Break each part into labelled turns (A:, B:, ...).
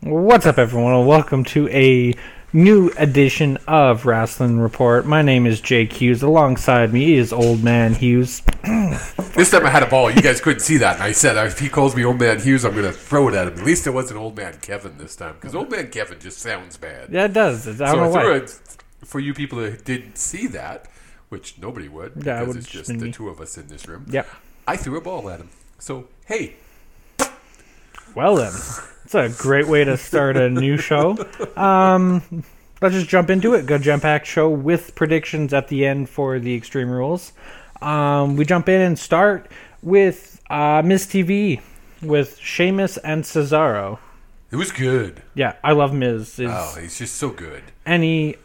A: What's up, everyone? and Welcome to a new edition of Wrestling Report. My name is Jake Hughes. Alongside me is Old Man Hughes.
B: This time I had a ball. You guys couldn't see that. And I said, if he calls me Old Man Hughes, I'm going to throw it at him. At least it wasn't Old Man Kevin this time, because Old Man Kevin just sounds bad.
A: Yeah, it does. I don't
B: so
A: know
B: I threw
A: why.
B: it for you people that didn't see that, which nobody would,
A: Yeah, I
B: because
A: would've
B: it's
A: just
B: just
A: been
B: the
A: me.
B: two of us in this room.
A: Yep.
B: I threw a ball at him. So, hey,
A: Well then, it's a great way to start a new show. Um, let's just jump into it. Good jump pack show with predictions at the end for the Extreme Rules. Um, we jump in and start with uh, Miss TV with Sheamus and Cesaro.
B: it was good.
A: Yeah, I love Miz. He's-
B: Oh, he's just so good.
A: and he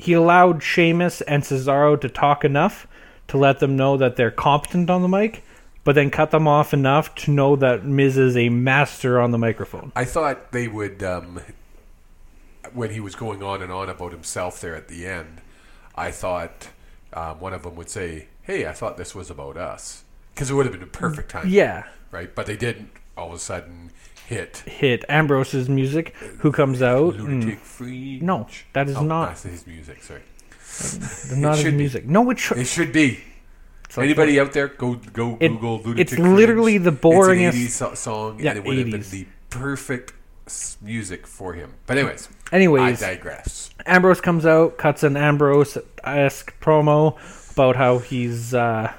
A: he allowed Sheamus and Cesaro to talk enough to let them know that they're competent on the mic, but then cut them off enough to know that Miz is a master on the microphone.
B: I thought they would, um, when he was going on and on about himself there at the end, I thought um, one of them would say, hey, I thought this was about us. Because it would have been a perfect time.
A: Yeah,
B: right? But they didn't all of a sudden hit
A: hit Ambrose's music, who comes out. and-
B: lunatic free.
A: Oh, mm. No, that is
B: Oh,
A: not-
B: that's his music. Sorry,
A: not his
B: should be.
A: music. No, it should.
B: it should be.
A: It's like-
B: Anybody out there, go go
A: It-
B: Google lunatic.
A: it's literally
B: Fringe.
A: the boringest-
B: It's an 80s so- song,
A: Yeah,
B: and it would have
A: 80s.
B: been the perfect s- music for him. But anyways,
A: Anyways.
B: I digress.
A: Ambrose comes out, cuts an Ambrose esque promo about how he's uh,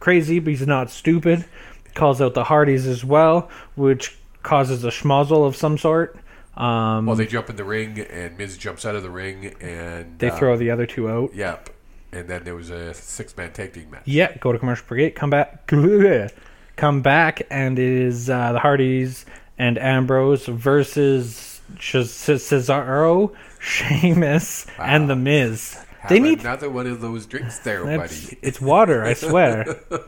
A: crazy, but he's not stupid. Calls out the Hardys as well, which causes a schmozzle of some sort. Um,
B: Well, they jump in the ring, and Miz jumps out of the ring, and
A: they
B: uh,
A: throw the other two out.
B: Yep, and then there was a six-man tag team match.
A: Yeah, go to commercial break. Come back. Come back, and it is uh, the Hardys and Ambrose versus Sh- Cesaro, Sheamus, and The Miz.
B: Have
A: They need
B: another one of those drinks there,
A: That's-
B: buddy.
A: It's water, I swear. um,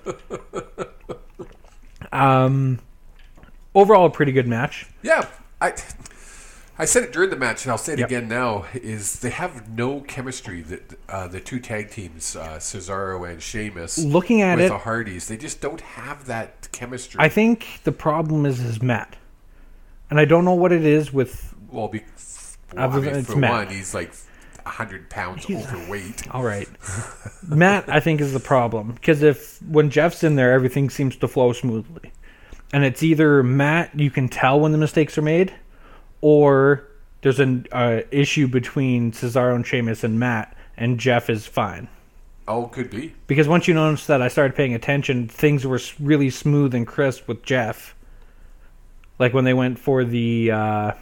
A: overall, a pretty good match.
B: Yeah, I I said it during the match, and I'll say it
A: Yep.
B: again now: is they have no chemistry. That uh, the two tag teams, uh, Cesaro and Sheamus,
A: Looking at
B: with
A: it-
B: the Hardys, they just don't have that chemistry.
A: I think the problem is is Matt, and I don't know what it is with.
B: well, be, well,
A: Other
B: I mean,
A: than it's
B: for
A: Matt.
B: one, he's like hundred pounds overweight.
A: All right, Matt, I think is the problem because if when Jeff's in there, everything seems to flow smoothly, and it's either Matt you can tell when the mistakes are made, or there's an uh, issue between Cesaro and Sheamus and Matt, and Jeff is fine.
B: Oh, could be.
A: because once you noticed that I started paying attention, things were s- really smooth and crisp with Jeff. Like when they went for the uh,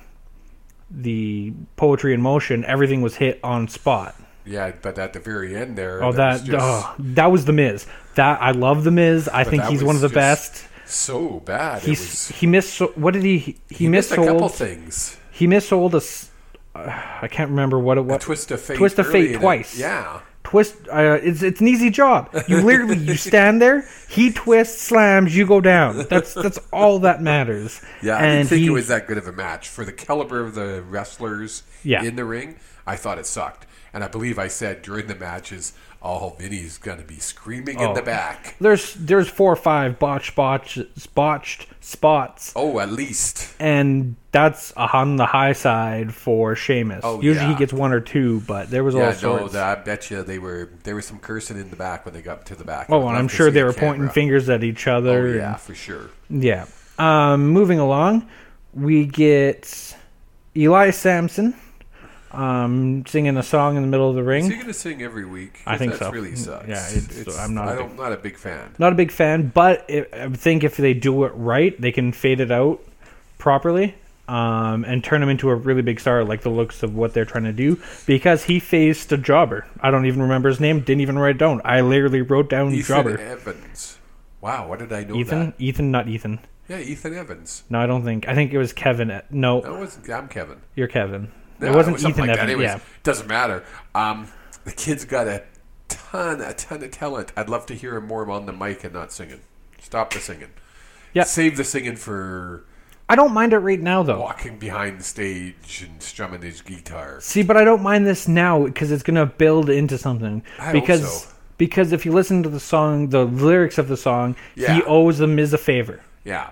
A: the poetry in motion, everything was hit on spot.
B: Yeah, but at the very end there,
A: Oh,
B: there
A: that
B: was just
A: oh, that was the Miz. That I love the Miz. I think
B: that
A: he's one of
B: was
A: the
B: just-
A: best.
B: so bad.
A: He's
B: it was,
A: he missed. so- What did he he,
B: he missed a couple
A: missold?
B: things.
A: he missold us. I can't remember what it was.
B: Twist of fate.
A: Twist of
B: early
A: fate
B: in it.
A: twice.
B: Yeah.
A: twist uh, it's it's an easy job you literally you stand there he twists slams you go down that's that's all that matters
B: Yeah, I didn't think
A: he-
B: it was that good of a match for the caliber of the wrestlers
A: Yeah.
B: in the ring. I thought it sucked, and I believe I said during the matches, "Oh, Vinny's gonna be screaming in
A: Oh.
B: the back."
A: there's there's four or five botched botched botched spots
B: Oh, at least
A: and that's on the high side for Sheamus.
B: Oh,
A: usually he
B: yeah.
A: gets one or two but there was all
B: yeah, no,
A: sorts
B: that, I bet you they were there was some cursing in the back when they got to the back. I'd
A: oh and
B: love
A: i'm
B: to
A: sure
B: see
A: they
B: a
A: were pointing
B: camera.
A: fingers at each other
B: Oh,
A: and-
B: yeah, for sure.
A: Yeah. Um, moving along, we get Eli Sampson um, singing a song in the middle of the
B: Is
A: ring.
B: he gonna sing every week?
A: I
B: 'Cause
A: think
B: that
A: so. Mm,
B: Really sucks.
A: Yeah, it's- I'm not a
B: I
A: big-
B: don't, not a big fan.
A: Not a big fan, but it, I think if they do it right, they can fade it out properly um, and turn him into a really big star, like the looks of what they're trying to do. Because he faced a jobber. I don't even remember his name. Didn't even write it down. I literally wrote down
B: Ethan
A: jobber.
B: Evans. Wow, what did I know
A: Ethan,
B: that?
A: Ethan, not Ethan.
B: Yeah, Ethan Evans.
A: No, I don't think. I think it was Kevin. No,
B: That was I'm Kevin.
A: you're Kevin.
B: No,
A: it wasn't
B: something
A: Ethan
B: like that.
A: Evans.
B: Anyways,
A: Yeah.
B: doesn't matter. Um, the kid's got a ton, a ton of talent. I'd love to hear him more on the mic and not singing. Stop the singing.
A: Yeah.
B: Save the singing for
A: I don't mind it right now though.
B: walking behind the stage and strumming his guitar.
A: See, but I don't mind this now because it's gonna build into something.
B: I hope
A: because
B: so.
A: because if you listen to the song, the lyrics of the song, he
B: Yeah.
A: owes the Miz a favor.
B: Yeah.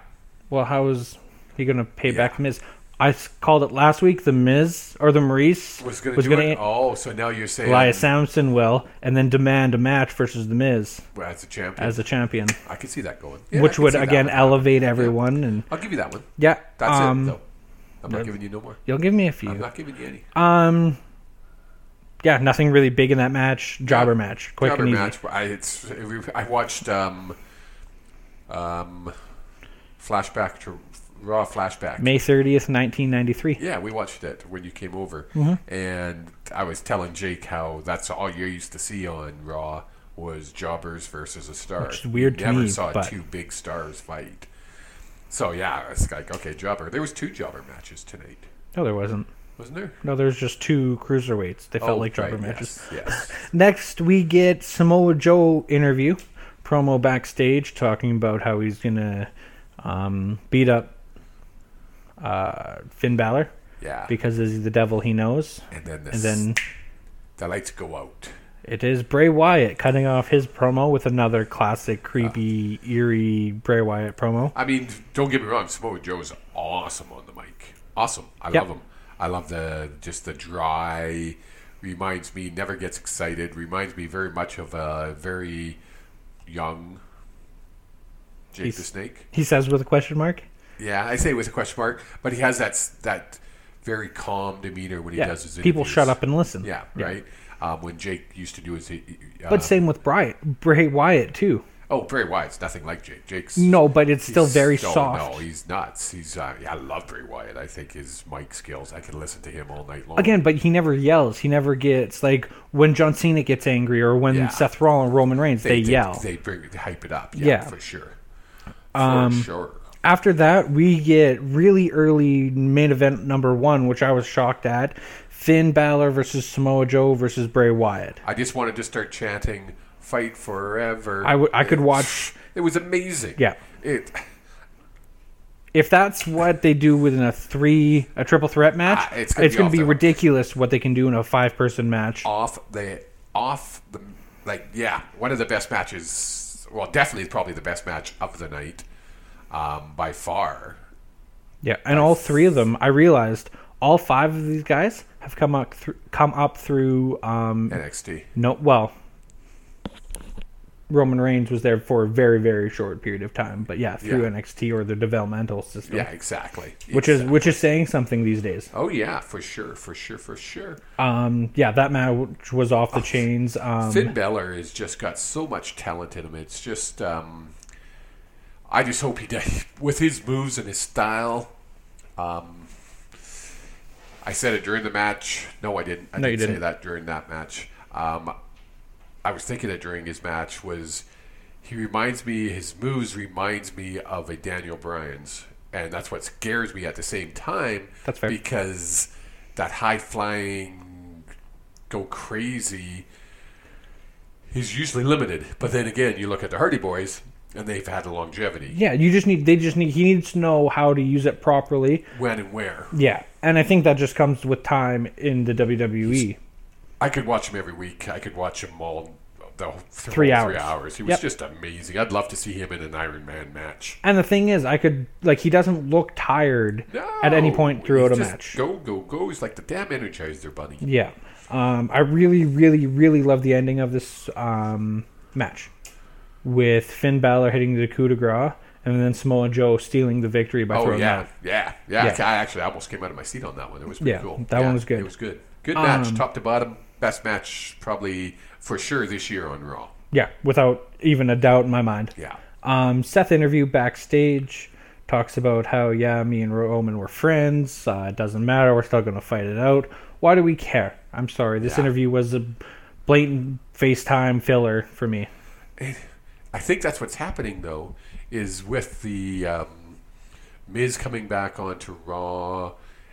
A: Well, how is he gonna pay back Miz? I s- called it last week. The Miz or the Maurice
B: Was going to
A: was
B: do
A: going
B: it.
A: to
B: Oh, so now you're saying
A: Elias Samson will, and then demand a match versus the Miz
B: well, as a champion,
A: as the champion,
B: I can see that going. Yeah, I
A: which
B: can
A: would
B: see that
A: again
B: one.
A: elevate everyone. And
B: I'll give you that one.
A: yeah,
B: That's
A: um,
B: it. Though. I'm not giving you no more.
A: You'll give me a
B: I'm
A: few.
B: not giving you any.
A: Um, yeah, nothing really big in that match. Jobber match, quick
B: Jobber
A: and easy.
B: match. I, it's, I watched um, um, flashback to Raw flashback.
A: May thirtieth, nineteen ninety three.
B: Yeah, we watched it when you came over,
A: Mm-hmm.
B: and I was telling Jake how that's all you used to see on Raw was jobbers versus a star.
A: Which is weird
B: you
A: to
B: never
A: me,
B: saw
A: but-
B: two big stars fight. So yeah, it's like okay, jobber. There was two jobber matches tonight,
A: No, there wasn't.
B: wasn't there?
A: No, there's just two cruiserweights. They felt like jobber
B: Oh, right,
A: matches.
B: Yes,
A: Next, we get Samoa Joe interview promo backstage talking about how he's gonna um, beat up uh, Finn Balor
B: yes. yeah.
A: because is the devil he knows,
B: And then this,
A: and then
B: the lights go out.
A: it is Bray Wyatt cutting off his promo with another classic creepy, eerie Bray Wyatt promo.
B: I mean, don't get me wrong, Samoa Joe is awesome on the mic. Awesome. I
A: Yep.
B: love him. I love the just the dry reminds me never gets excited. Reminds me very much of a very young Jake the
A: He's-
B: Snake.
A: He says with a question mark.
B: Yeah, I say with a question mark, but he has that s- that very calm demeanor when he
A: Yeah,
B: does his
A: people
B: interviews.
A: shut up and listen.
B: Yeah, right. Um, when Jake used to do his, uh,
A: But same with Bry- Bray Wyatt too.
B: oh, Bray Wyatt's nothing like Jake. Jake's
A: No, but it's still
B: He's-
A: very
B: no,
A: soft.
B: No, he's nuts. He's uh, I love Bray Wyatt. I think his mic skills. I can listen to him all night long.
A: again, but he never yells. He never gets like when John Cena gets angry or when
B: Yeah.
A: Seth Rollins, Roman Reigns, they, yell.
B: They bring they hype it up. Yeah,
A: Yeah. Um,
B: for sure. For sure.
A: After that, we get really early main event number one, which I was shocked at: Finn Balor versus Samoa Joe versus Bray Wyatt.
B: I just wanted to start chanting "Fight forever."
A: I would- I could
B: It-
A: watch-
B: It was amazing.
A: Yeah.
B: It.
A: If that's what they do within a three, a triple threat match,
B: Ah,
A: it's
B: it's
A: gonna
B: gonna
A: be,
B: be off the hook.
A: ridiculous what they can do in a five person match.
B: off the off the like yeah one of the best matches well definitely probably the best match of the night um, by far
A: Yeah, and all three of them, I realized all five of these guys have come up through come up through um,
B: NXT
A: No, well, Roman Reigns was there for a very, very short period of time, but yeah, through
B: Yeah.
A: NXT or the developmental system,
B: yeah exactly
A: which is which is saying something these days.
B: oh yeah for sure for sure for sure
A: Um, yeah, that match was off the chains. Um,
B: Finn Balor has just got so much talent in him. It's just, um, I just hope he does with his moves and his style. Um, I said it during the match. No, I didn't. I
A: No, you
B: didn't say
A: didn't.
B: that during that match. Um, I was thinking it during his match was he reminds me his moves reminds me of a Daniel Bryan's, and that's what scares me at the same time.
A: That's fair.
B: because that high flying, go crazy he's usually limited. But then again, you look at the Hardy Boys, and they've had a longevity.
A: yeah, you just need they just need he needs to know how to use it properly.
B: When and where?
A: Yeah, and I think that just comes with time in the E. WWE.
B: I could watch him every week. I could watch him all the whole-
A: Three
B: whole
A: hours.
B: Three hours. He was
A: Yep.
B: just amazing. I'd love to see him in an Iron Man match.
A: And the thing is, I could like he doesn't look tired at any point
B: No,
A: throughout a
B: he's just
A: match.
B: Go go go! He's like the damn Energizer Bunny.
A: Yeah. Um, I really, really, really love the ending of this um, match with Finn Balor hitting the coup de grace and then Samoa Joe stealing the victory by
B: Oh
A: throwing
B: yeah,
A: that.
B: yeah, yeah,
A: Yeah.
B: I actually almost came out of my seat on that one. It was pretty
A: Yeah,
B: cool.
A: that one was good. Um,
B: It was good. Good match, top to bottom. Best match probably for sure this year on Raw.
A: Yeah, without even a doubt in my mind.
B: Yeah.
A: Um, Seth interview backstage talks about how, yeah, me and Roman were friends. Uh, it doesn't matter. We're still going to fight it out. Why do we care? I'm sorry. This
B: Yeah.
A: interview was a blatant FaceTime filler for me.
B: I think that's what's happening though, is with the um, Miz coming back onto Raw,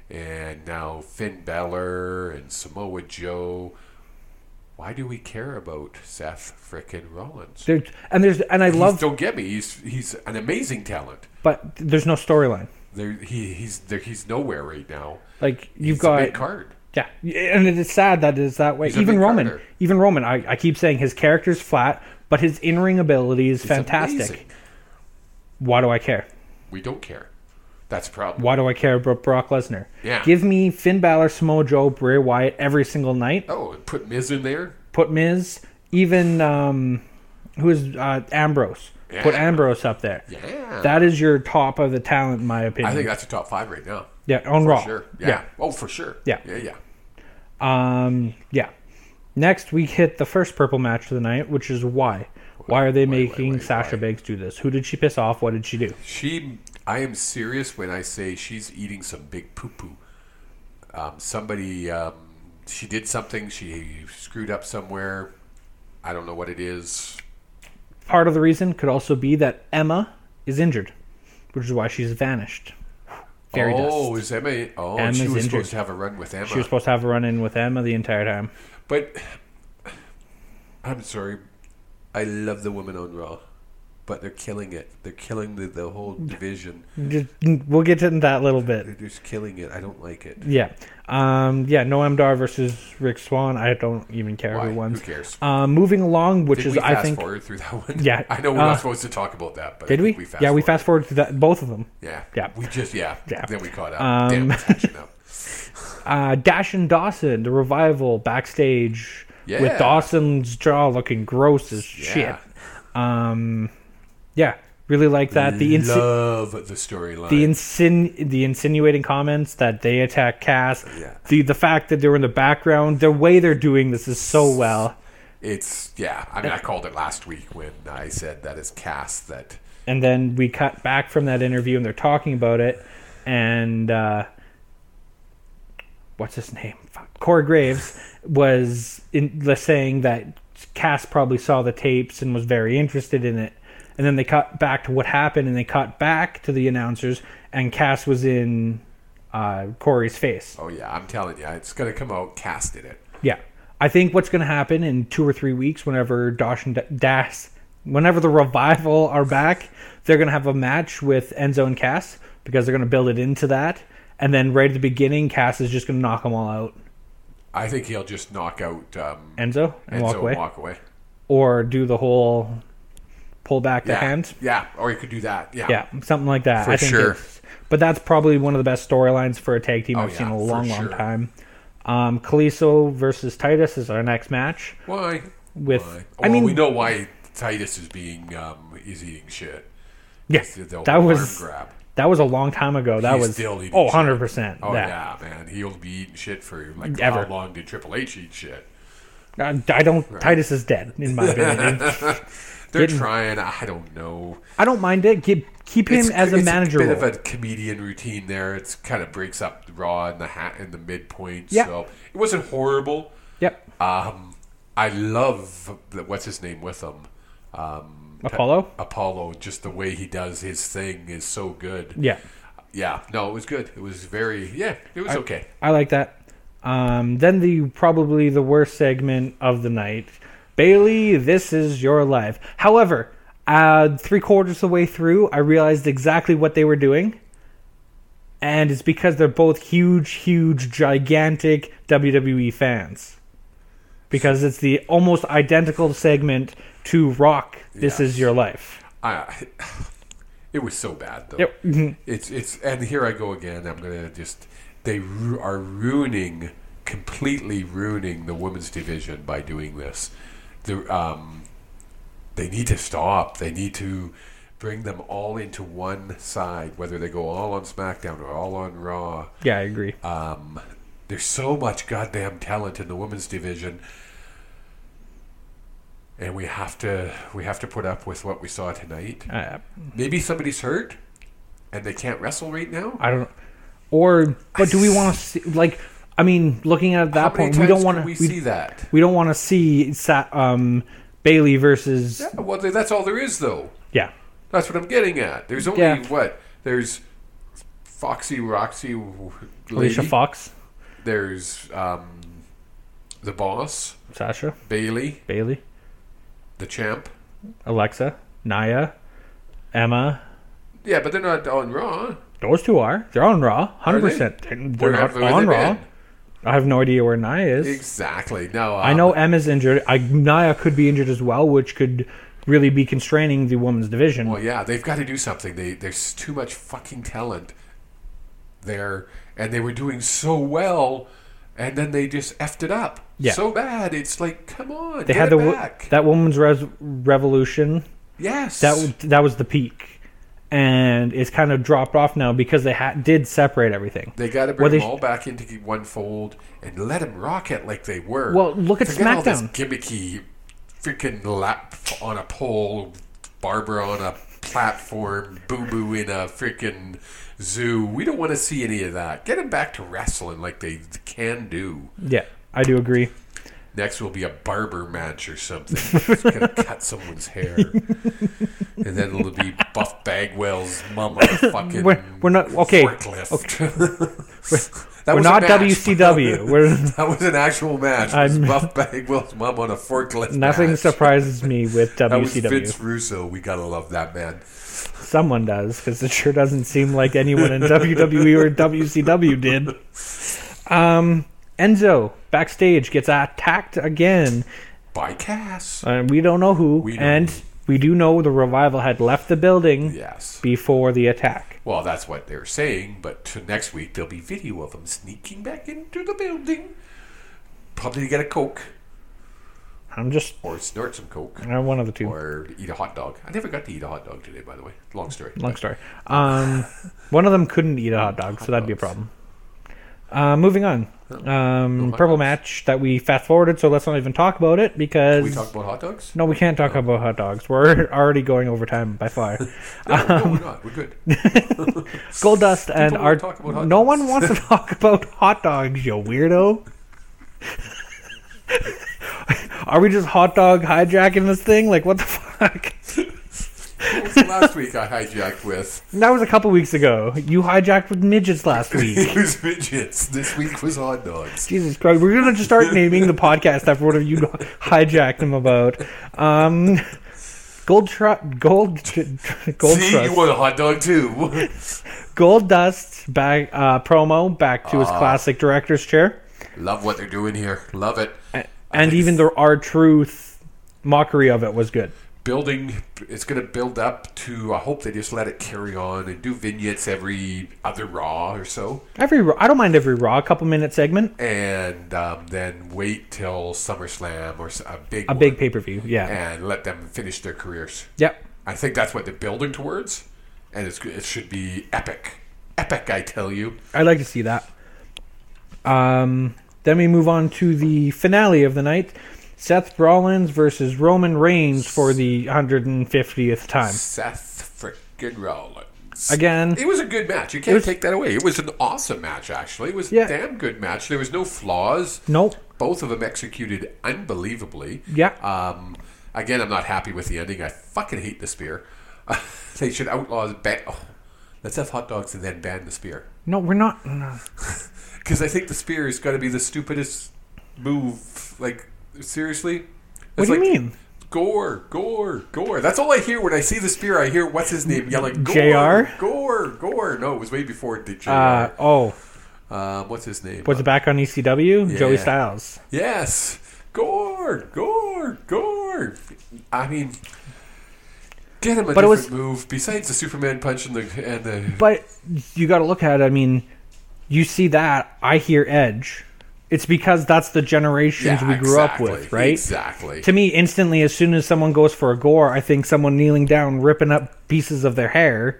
B: and now Finn Balor and Samoa Joe. Why do we care about Seth frickin' Rollins?
A: There, and there's and I
B: He's-
A: love,
B: don't get me. He's he's an amazing talent.
A: but there's no storyline.
B: There he he's there, he's nowhere right now.
A: Like you've
B: He's a
A: got
B: big card.
A: Yeah, and it is sad that it is that way.
B: a
A: even
B: big
A: Roman,
B: character.
A: even Roman, I, I keep saying his character's flat, but his in-ring ability is
B: It's
A: fantastic.
B: amazing.
A: Why do I care?
B: We don't care. That's a problem.
A: Why do I care about Brock Lesnar?
B: Yeah.
A: Give me Finn Balor, Samoa Joe, Bray Wyatt every single night.
B: Oh, and put Miz in there.
A: Put Miz, even um, who is uh, Ambrose. Put
B: Yeah.
A: Ambrose up there.
B: Yeah.
A: That is your top of the talent, in my opinion.
B: I think that's a top five right now.
A: yeah, on Raw.
B: Sure. Yeah.
A: yeah.
B: Oh, for sure.
A: Yeah.
B: Yeah. Yeah.
A: Um, yeah. Next, we hit the first purple match of the night, which is why. Why are they
B: why,
A: making
B: why,
A: Sasha
B: why?
A: Banks do this? Who did she piss off? What did she do?
B: She, I am serious when I say she's eating some big poo poo. Um, somebody, um, she did something. She screwed up somewhere. I don't know what it is.
A: Part of the reason could also be that Emma is injured, which is why she's vanished. Fairy
B: oh,
A: dust.
B: is Emma? Oh,
A: Emma's
B: she was
A: injured.
B: supposed to have a run with Emma.
A: She was supposed to have a run in with Emma the entire time.
B: but I'm sorry. I love the women on Raw, but they're killing it. They're killing the, the whole division.
A: Just- We'll get to that a little bit.
B: They're just killing it. I don't like it.
A: Yeah. Um, yeah, Noam Dar versus Rick Swan. I don't even care
B: Why?
A: who won.
B: Who cares?
A: Um, moving along, which
B: Did
A: is,
B: we fast
A: I think.
B: forward through that one?
A: Yeah.
B: I know we're not
A: Uh,
B: supposed to talk about that, but I
A: Did we?
B: think we fast
A: yeah, we
B: forwarded.
A: fast forward to that, both of them.
B: Yeah.
A: Yeah.
B: We just yeah.
A: Yeah.
B: Then we caught up.
A: Um,
B: Damn, it's catching up.
A: Uh, Dash and Dawson, the revival backstage with
B: Yeah.
A: Dawson's jaw looking gross as shit.
B: Yeah.
A: Um, yeah, really like that. The insi-
B: Love the storyline.
A: the insin the insinuating comments that they attack Cass.
B: Yeah.
A: The the fact that they're in the background, the way they're doing this is so well.
B: it's yeah. I mean,
A: Uh,
B: I called it last week when I said that is cast that
A: And then we cut back from that interview and they're talking about it. And uh, what's his name? Fuck. Corey Graves was in, was saying that Cass probably saw the tapes and was very interested in it. And then they cut back to what happened and they cut back to the announcers and Cass was in uh, Corey's face.
B: Oh yeah, I'm telling you, it's gonna come out. Cast in it.
A: Yeah. I think what's going to happen in two or three weeks, whenever Dash and Das, whenever the revival are back, they're going to have a match with Enzo and Cass because they're going to build it into that. And then right at the beginning, Cass is just going to knock them all out.
B: I think he'll just knock out um,
A: Enzo and walk
B: Enzo
A: away,
B: and walk away.
A: or do the whole pull back the
B: Yeah.
A: hand.
B: Yeah. Or he could do that. Yeah.
A: Yeah, something like that.
B: For
A: I think
B: sure.
A: it's- But that's probably one of the best storylines for a tag team
B: Oh,
A: I've seen in
B: yeah,
A: a
B: for
A: long, long
B: sure.
A: time. Um, Kalisto versus Titus is our next match.
B: Why?
A: With-
B: Why?
A: I
B: Well,
A: mean-
B: we know why Titus is being um, is eating shit.
A: Yes,
B: The whole
A: that was
B: arm grab.
A: That was a long time ago. That
B: He's
A: was
B: still eating
A: oh,
B: shit.
A: 100 percent.
B: Oh
A: that.
B: yeah, man, he'll be eating shit for like
A: Ever.
B: how long did Triple H eat shit?
A: I, I don't. Titus is dead in my opinion.
B: They're
A: Didn't-
B: trying. I don't know.
A: I don't mind it. Keep keep him as a manager.
B: bit
A: role.
B: of a comedian routine there. It's kind of breaks up the Raw in the hat in the midpoint.
A: Yeah.
B: So it wasn't horrible.
A: yep.
B: Um, I love the, what's his name with him. Um,
A: Apollo?
B: Apollo. Just the way he does his thing is so good.
A: Yeah,
B: Yeah. No, it was good. It was very. Yeah. It was okay.
A: I like that. Um, then the probably the worst segment of the night. Bailey, this is your life. However, uh, three quarters of the way through, I realized exactly what they were doing. And it's because they're both huge, huge, gigantic WWE fans. Because it's the almost identical segment to Rock, This
B: Yeah.
A: Is Your Life.
B: I, it was so bad though.
A: Yep. Mhm.
B: It's it's and here I go again. I'm gonna just they ru- are ruining completely ruining the women's division by doing this. The um, they need to stop. They need to bring them all into one side, whether they go all on SmackDown or all on Raw.
A: Yeah, I agree.
B: Um, there's so much goddamn talent in the women's division, and we have to we have to put up with what we saw tonight.
A: Uh,
B: Maybe somebody's hurt, and they can't wrestle right now.
A: I don't. Or, but do we want to see? Like, I mean, looking at it at
B: How
A: that
B: many
A: point, we don't
B: times
A: want to.
B: can
A: We,
B: we, see that.
A: we don't want to see Sa- um, Bailey versus. Yeah.
B: Well, th- that's all there is, though. That's what I'm getting at. There's only
A: Yeah.
B: what there's Foxy Roxy, w- lady.
A: Alicia Fox,
B: There's um, the boss
A: Sasha,
B: Bailey,
A: Bailey,
B: the champ.
A: Alexa, Naya, Emma.
B: Yeah, but they're not on Raw.
A: Those two are. They're on Raw, hundred percent. They're
B: Where
A: not
B: have- where
A: on
B: they
A: Raw.
B: been?
A: I have no idea where Naya is.
B: Exactly. No,
A: I know Emma's injured. I, Naya could be injured as well, which could really be constraining the women's division.
B: Well, yeah, they've got to do something. They there's too much fucking talent there, and they were doing so well, and then they just effed it up
A: Yeah.
B: so bad. It's like, come on,
A: They
B: get
A: had
B: it
A: the wo-
B: back.
A: that woman's res- revolution.
B: yes,
A: That w- that was the peak, and it's kind of dropped off now because they ha- did separate everything.
B: they got to
A: Well,
B: bring
A: they
B: them
A: sh-
B: all back into one fold and let them rock it like they were.
A: Well, look at
B: Forget all this
A: SmackDown.
B: gimmicky, freaking lap on a pole, Barbara on a platform, Boo Boo in a freaking zoo. We don't want to see any of that. Get them back to wrestling like they can do.
A: Yeah, I do agree.
B: Next will be a barber match or something. Just gonna cut someone's hair, and then it'll be Buff Bagwell's mama fucking.
A: We're- we're not- okay,
B: Forklift. that
A: We're
B: was a
A: not
B: match.
A: WCW. We're
B: That was an actual match. It was
A: I'm-
B: Buff Bagwell's mum on a forklift.
A: nothing
B: match.
A: surprises me with
B: That was
A: WCW.
B: Vince Russo. We gotta love that man.
A: Someone does because it sure doesn't seem like anyone in WWE or WCW did. Um, Enzo backstage gets attacked again.
B: By Cass.
A: Uh, we don't know who,
B: We don't
A: and
B: know.
A: we do know the revival had left the building
B: Yes.
A: before the attack.
B: Well, that's what they're saying. But to next week, there'll be video of him sneaking back into the building, probably to get a coke
A: I'm just
B: or snort some coke.
A: uh, one of the two.
B: Or eat a hot dog. I never got to eat a hot dog today, by the way. Long story.
A: Long story. Um, one of them couldn't eat a hot dog, so that'd be a problem. Uh, moving on. Um,
B: hot
A: purple
B: dogs.
A: match that we fast forwarded, so let's not even talk about it because
B: We talked about hot dogs?
A: No, we can't talk about hot dogs. We're already going over time by far.
B: No, no, we're not. We're good.
A: Goldust and
B: People
A: our
B: won't talk about hot
A: no
B: dogs.
A: one wants to talk about hot dogs, you weirdo. Are we just hot dog hijacking this thing? Like what the fuck?
B: What was the last week I hijacked with?
A: That was a couple weeks ago. You hijacked with midgets last week.
B: It was midgets. This week was hot dogs.
A: Jesus Christ, we're gonna just start naming the podcast after whatever you hijacked them about. Um, gold, tru- gold, gold.
B: See,
A: Trust.
B: you want a hot dog too.
A: Gold Dust back uh, promo back to his
B: Ah.
A: classic director's chair,
B: Love what they're doing here. Love it.
A: and even the our truth mockery of it was good.
B: Building, it's going to build up to. I hope they just let it carry on and do vignettes every other Raw or so,
A: Every Raw- I don't mind every Raw, a couple minute segment,
B: and um, then wait till SummerSlam or s- a big
A: a
B: one,
A: big pay per view. Yeah,
B: and let them finish their careers.
A: yep.
B: I think that's what they're building towards, and it's, it should be epic. Epic, I tell you.
A: I'd like to see that. Um, then we move on to the finale of the night: Seth Rollins versus Roman Reigns for the 150th time.
B: Seth frickin' Rollins.
A: Again,
B: It was a good match. You can't
A: was-
B: take that away. It was an awesome match, actually. It was
A: Yeah.
B: a damn good match. There was no flaws.
A: nope.
B: Both of them executed unbelievably.
A: Yeah.
B: Um, again, I'm not happy with the ending. I fucking hate the spear. they should outlaw the ban. Oh, let's have hot dogs and then ban the spear.
A: No, we're not. no.
B: Because I think the spear is going to be the stupidest move. Like, seriously?
A: What
B: It's
A: do you
B: like,
A: mean?
B: Gore, gore, gore. That's all I hear when I see the spear. I hear what's his name yelling, gore,
A: JR?
B: gore, gore. No, it was way before the JR.
A: Uh, oh,
B: um, what's his name?
A: was it back on ECW? Joey
B: Yeah.
A: Styles.
B: yes, gore, gore, gore. I mean, get him a
A: But it
B: different
A: was-
B: move besides the Superman punch and the and the.
A: But you got to look at. it, I mean, you see that. I hear Edge. It's because that's the generations we grew up with,
B: exactly,
A: right?
B: Exactly.
A: To me, instantly, as soon as someone goes for a gore, I think someone kneeling down, ripping up pieces of their hair.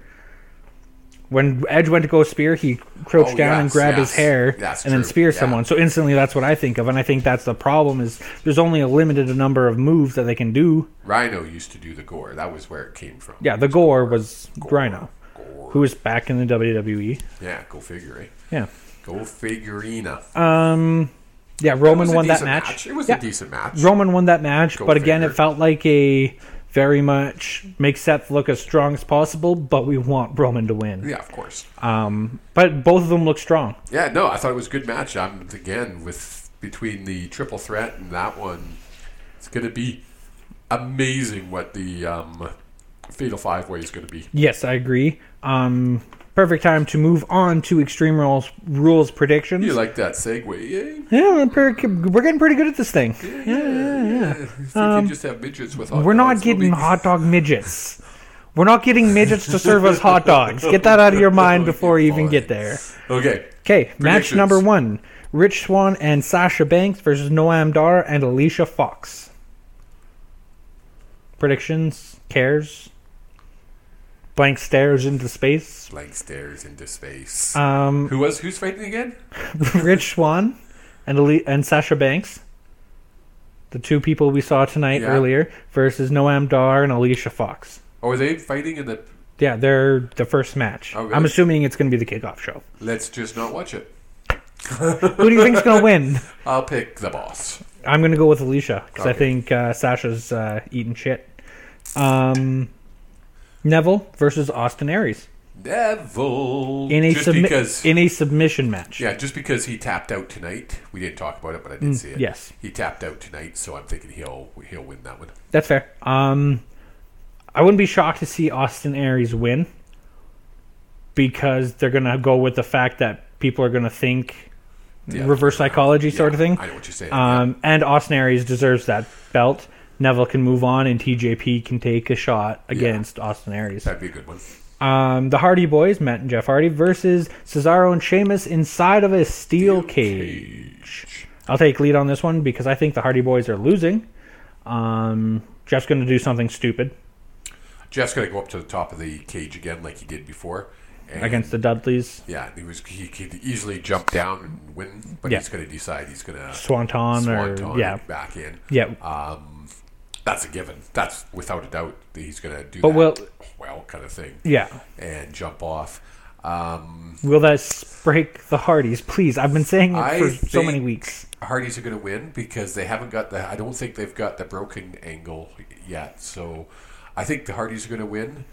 A: When Edge went to go spear, he crouched
B: Oh,
A: down and
B: yes,
A: grabbed
B: yes.
A: his hair
B: That's
A: and then
B: true,
A: spear
B: yeah.
A: someone. So instantly, that's what I think of, and I think that's the problem: is there's only a limited number of moves that they can do.
B: Rhino used to do the gore. That was where it came from.
A: Yeah, the gore was Rhino,
B: Gore.
A: who is back in the WWE.
B: Yeah, go figure, eh?
A: Yeah.
B: Go figurina.
A: Um, yeah,
B: It was
A: Roman
B: a
A: won that
B: decent
A: match.
B: It was
A: Yeah,
B: a decent match.
A: Roman won that match,
B: Go
A: but again,
B: figure.
A: it felt like a very much make Seth look as strong as possible, but we want Roman to win.
B: Yeah, of course.
A: Um, but both of them look strong.
B: Yeah, no, I thought it was a good match. I'm again with between the triple threat and that one. It's going to be amazing what the um, fatal five way is going to be.
A: Yes, I agree. Um, perfect time to move on to Extreme Rules rules predictions.
B: You like that segue? eh?
A: yeah, we're, pretty, we're getting pretty good at this thing.
B: Yeah, yeah. If you could just have midgets with hot
A: Um, We're not
B: dogs, we'll
A: getting
B: be-
A: hot dog midgets. We're not getting midgets to serve us hot dogs. Get that out of your mind before you even get there.
B: Okay.
A: Okay, match
B: Predictions.
A: number one Rich Swan and Sasha Banks versus Noam Dar and Alicia Fox. Predictions? Cares? Blank stares into space.
B: Blank stares into space.
A: Um,
B: Who was who's fighting again?
A: Rich Swan and Ali- and Sasha Banks, the two people we saw tonight
B: Yeah.
A: earlier, versus Noam Dar and Alicia Fox.
B: Or were they fighting in the?
A: Yeah, they're the first match.
B: Oh, really?
A: I'm assuming it's going to be the kickoff show.
B: Let's just not watch it.
A: Who do you think's going to win?
B: I'll pick the boss.
A: I'm going to go with Alicia because I
B: Okay.
A: think uh, Sasha's uh, eating shit. Um, Neville versus Austin Aries
B: Devil.
A: in a
B: just
A: submi-
B: because.
A: in a submission match.
B: yeah, just because he tapped out tonight. We didn't talk about it, but I did see it.
A: Mm, yes.
B: He tapped out tonight, so I'm thinking he'll he'll win that one.
A: That's fair. Um, I wouldn't be shocked to see Austin Aries win because they're gonna go with the fact that people are gonna think
B: Yeah.
A: Mm, reverse psychology
B: Yeah,
A: sort of thing.
B: I know what you're saying. yeah.
A: Um, and Austin Aries deserves that belt. Neville can move on, and TJP can take a shot against Austin Aries.
B: That'd be a good one.
A: Um, the Hardy Boys, Matt and Jeff Hardy, versus Cesaro and Sheamus inside of a steel, cage. I'll take lead on this one because I think the Hardy Boys are losing. Um, Jeff's going to do something stupid.
B: Jeff's gonna go up to the top of the cage again, like he did before. And
A: against the Dudleys.
B: yeah, he was he could easily jump down and win, but
A: Yeah.
B: he's gonna decide he's gonna
A: Swanton or
B: swanton
A: yeah,
B: it back in.
A: yeah.
B: Um, that's a given. That's without a doubt that he's gonna do
A: But
B: that.
A: will-
B: well, kind of thing,
A: yeah.
B: and jump off. Um,
A: Will that s- break the Hardys? Please, I've been saying it
B: I
A: for so
B: think-
A: many weeks.
B: Hardys are going to win because they haven't got the. I don't think they've got the broken angle yet. So, I think the Hardys are going to win,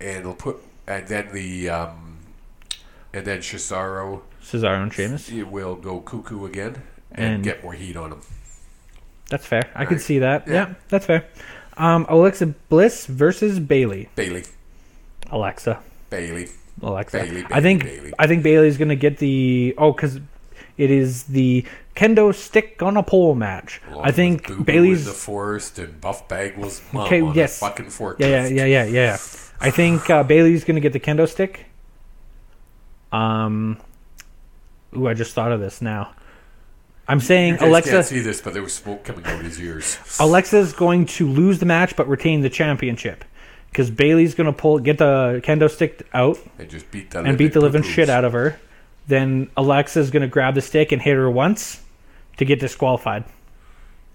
B: and it'll put and then the um, and then Cesaro
A: Cesaro and Sheamus.
B: he will go cuckoo again and,
A: And-
B: get more heat on him.
A: That's fair. I could see that. Yeah,
B: Yeah.
A: that's fair. Um, Alexa Bliss versus Bailey.
B: Bailey,
A: Alexa,
B: Bailey,
A: Alexa.
B: Bailey,
A: I
B: Bailey,
A: think
B: Bailey.
A: I think Bailey's gonna get the oh because it is the kendo stick on a pole match.
B: along
A: I
B: with Boo Boo
A: think
B: in
A: Bailey's
B: the forest and Buff Bagwell's mom
A: Okay,
B: on
A: yes.
B: a fucking forklift.
A: Yeah, yeah, yeah, yeah, yeah. I think uh, Bailey's gonna get the kendo stick. Um, ooh, I just thought of this now. I'm saying
B: You guys can't
A: Alexa.
B: see this, but there was smoke coming out of his ears.
A: Alexa's going to lose the match but retain the championship because Bailey's gonna pull get the kendo stick out
B: And just beat the
A: and beat the living shit out of her. Then Alexa's gonna grab the stick and hit her once to get disqualified.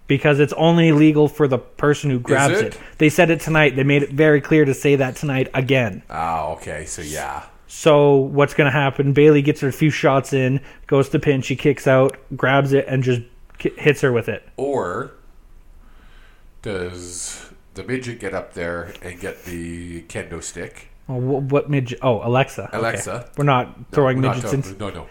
A: Because it's only legal for the person who grabs
B: it?
A: it. They said it tonight. They made it very clear to say that tonight again.
B: Ah, okay. So yeah,
A: So what's going to happen? Bailey gets her few shots in, goes to pin, she kicks out, grabs it, and just ki- hits her with it.
B: Or does the midget get up there and get the kendo stick?
A: Oh, wh- what midget? Oh, Alexa. Okay.
B: Alexa.
A: We're not throwing
B: We're not
A: midgets
B: talking-
A: in.
B: No, no.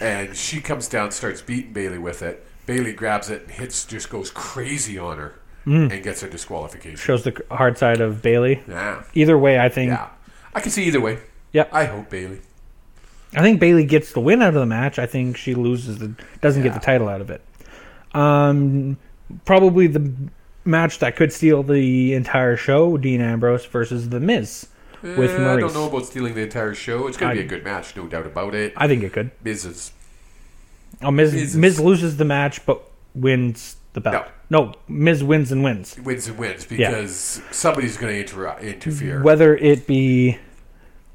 B: And she comes down, starts beating Bailey with it. Bailey grabs it and hits, just goes crazy on her
A: Mm.
B: and gets a disqualification.
A: Shows the c- hard side of Bailey.
B: Yeah.
A: Either way, I think.
B: Yeah. I can see either way.
A: Yeah.
B: I hope Bailey.
A: I think Bailey gets the win out of the match. I think she loses the doesn't get
B: Yeah.
A: the title out of it. Um, probably the match that could steal the entire show: Dean Ambrose versus The Miz with
B: Eh, I
A: Maurice.
B: don't know about stealing the entire show. It's going
A: I-
B: to be a good match, no doubt about it.
A: I think it could.
B: Miz is.
A: Oh, Miz,
B: Miz is-
A: Miz loses the match but wins the belt. No. Miz wins and wins.
B: Wins and wins because somebody's going to inter- interfere.
A: Whether it be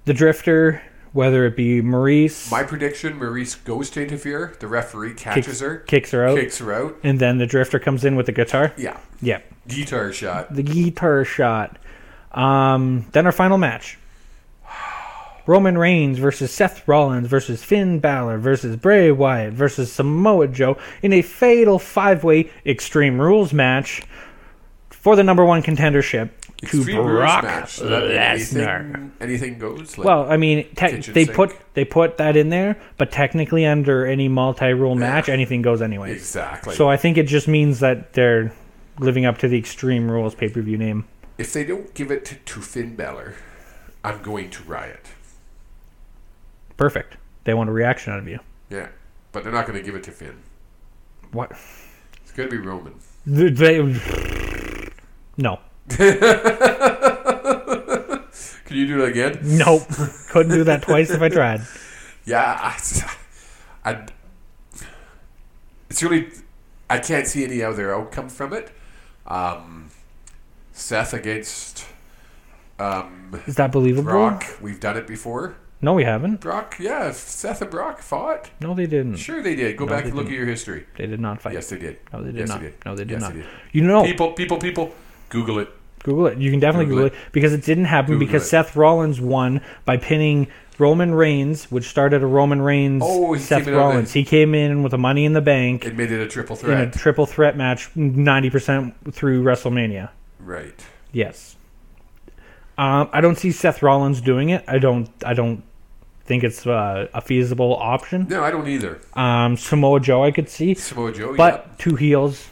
A: the Drifter, whether it be Maurice,
B: My prediction: Maurice goes to interfere. The referee catches
A: kicks,
B: her,
A: kicks her out,
B: kicks her out.
A: and then the Drifter comes in with the guitar.
B: Yeah,
A: Yeah,
B: guitar shot.
A: the guitar shot. Um, then our final match. Roman Reigns versus Seth Rollins versus Finn Balor versus Bray Wyatt versus Samoa Joe in a fatal five way Extreme Rules match for the number one contendership to
B: Extreme rules
A: Brock
B: match. So that
A: Lesnar.
B: anything, anything goes. Like,
A: Well, I mean, te-
B: Kitchen
A: they
B: sink.
A: put they put that in there, but technically under any multi rule match, anything goes anyways.
B: exactly.
A: So I think it just means that they're living up to the Extreme Rules pay per view name.
B: if they don't give it to Finn Balor, I'm going to riot.
A: Perfect. They want a reaction out of you.
B: Yeah, but they're not going to give it to Finn.
A: What?
B: It's going to be Roman.
A: Th- They. No.
B: Can you do it again?
A: Nope. Couldn't do that twice if I tried.
B: Yeah, I, I- it's really I can't see any other outcome from it. Um, Seth against um,
A: Is that believable?
B: Brock. We've done it before.
A: No, we haven't.
B: Brock, yeah, Seth and Brock fought.
A: No, they didn't.
B: Sure, they did. Go
A: No,
B: back
A: they
B: and look
A: didn't.
B: at your history.
A: They did not fight.
B: Yes, they did.
A: No, they did
B: Yes,
A: not.
B: they did.
A: No, they did
B: Yes,
A: not. Oh.
B: they did.
A: You know,
B: People, people, people. Google it.
A: Google it. You can definitely Google,
B: Google
A: it. because it didn't happen
B: Google
A: because
B: it.
A: Seth Rollins won by pinning Roman Reigns, which started a Roman Reigns
B: Oh, he
A: Seth
B: came in on
A: Rollins.
B: the-
A: He came in with a Money in the Bank
B: It made it a triple
A: in a
B: threat.
A: triple threat match, ninety percent through WrestleMania.
B: Right.
A: Yes. Um, I don't see Seth Rollins doing it. I don't. I don't think it's uh, a feasible option.
B: No, I don't either.
A: Um, Samoa Joe, I could see,
B: Samoa Joe,
A: but
B: yeah.
A: two heels.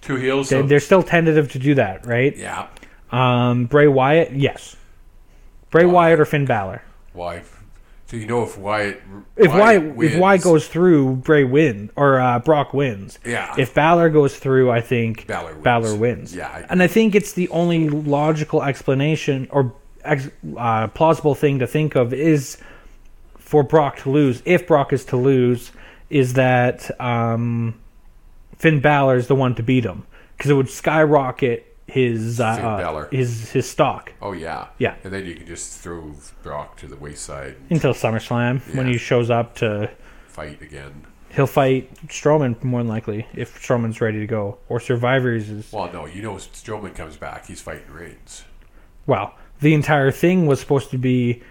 B: Two heels.
A: They,
B: So,
A: they're still tentative to do that, right?
B: yeah.
A: Um, Bray Wyatt, yes. Bray Wyatt or Finn Balor.
B: Why? So you know if Wyatt
A: If Y if Y
B: wins,
A: goes through, Bray win or uh, Brock wins.
B: Yeah.
A: If Balor goes through, I think
B: Balor wins.
A: wins.
B: Yeah, I-
A: and I think it's the only logical explanation or ex- uh, plausible thing to think of is for Brock to lose. If Brock is to lose, is that um, Finn Balor is the one to beat him because it would skyrocket his uh,
B: Finn
A: uh,
B: Balor.
A: his his stock.
B: Oh yeah.
A: Yeah.
B: And then you can just throw Brock to the wayside and
A: until SummerSlam when
B: Yeah.
A: he shows up to
B: fight again.
A: he'll fight Strowman more than likely if Strowman's ready to go or Survivor's is
B: Well, no, you know Strowman comes back, he's fighting Reigns.
A: well the entire thing was supposed to be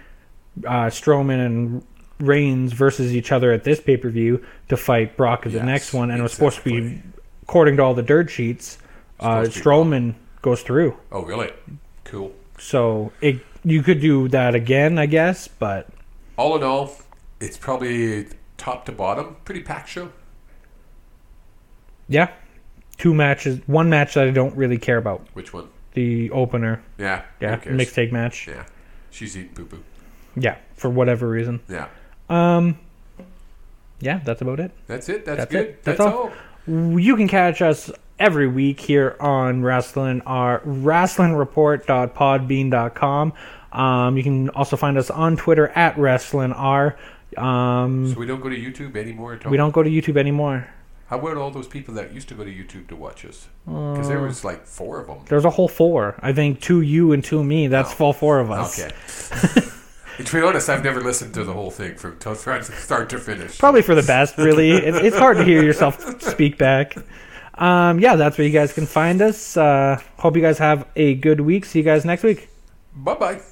A: uh, Strowman and Reigns versus each other at this pay per view to fight Brock at the
B: Yes,
A: next one and it was supposed to be
B: exactly.
A: according to all the dirt sheets uh,
B: Supposed to be
A: Strowman goes through
B: Oh really? Cool.
A: so it you could do that again I guess but
B: All in all, it's probably top to bottom, pretty packed show.
A: yeah two matches one match that I don't really care about
B: Which one?
A: the opener
B: Yeah.
A: yeah
B: Who cares?
A: mixed tag match
B: Yeah. She's eating poo poo.
A: Yeah, for whatever reason.
B: Yeah.
A: Yeah, that's about it.
B: That's it. That's,
A: That's
B: good.
A: it. That's
B: That's,
A: all.
B: all.
A: You can catch us every week here on Wrestling our wrestlingreport.podbean.com. Um, you can also find us on Twitter at WrestlingR. Um,
B: So we don't go to YouTube anymore at all.
A: we don't go to YouTube anymore.
B: How about all those people that used to go to YouTube to watch us?
A: Uh,
B: Because there was like four of them.
A: There's a whole four. I think two you and two me. That's full four of us.
B: Okay. And to be honest, I've never listened to the whole thing from to- from start to finish.
A: Probably for the best, really. it's, it's hard to hear yourself speak back. Um, yeah, that's where you guys can find us. Uh, hope you guys have a good week. See you guys next week.
B: Bye bye.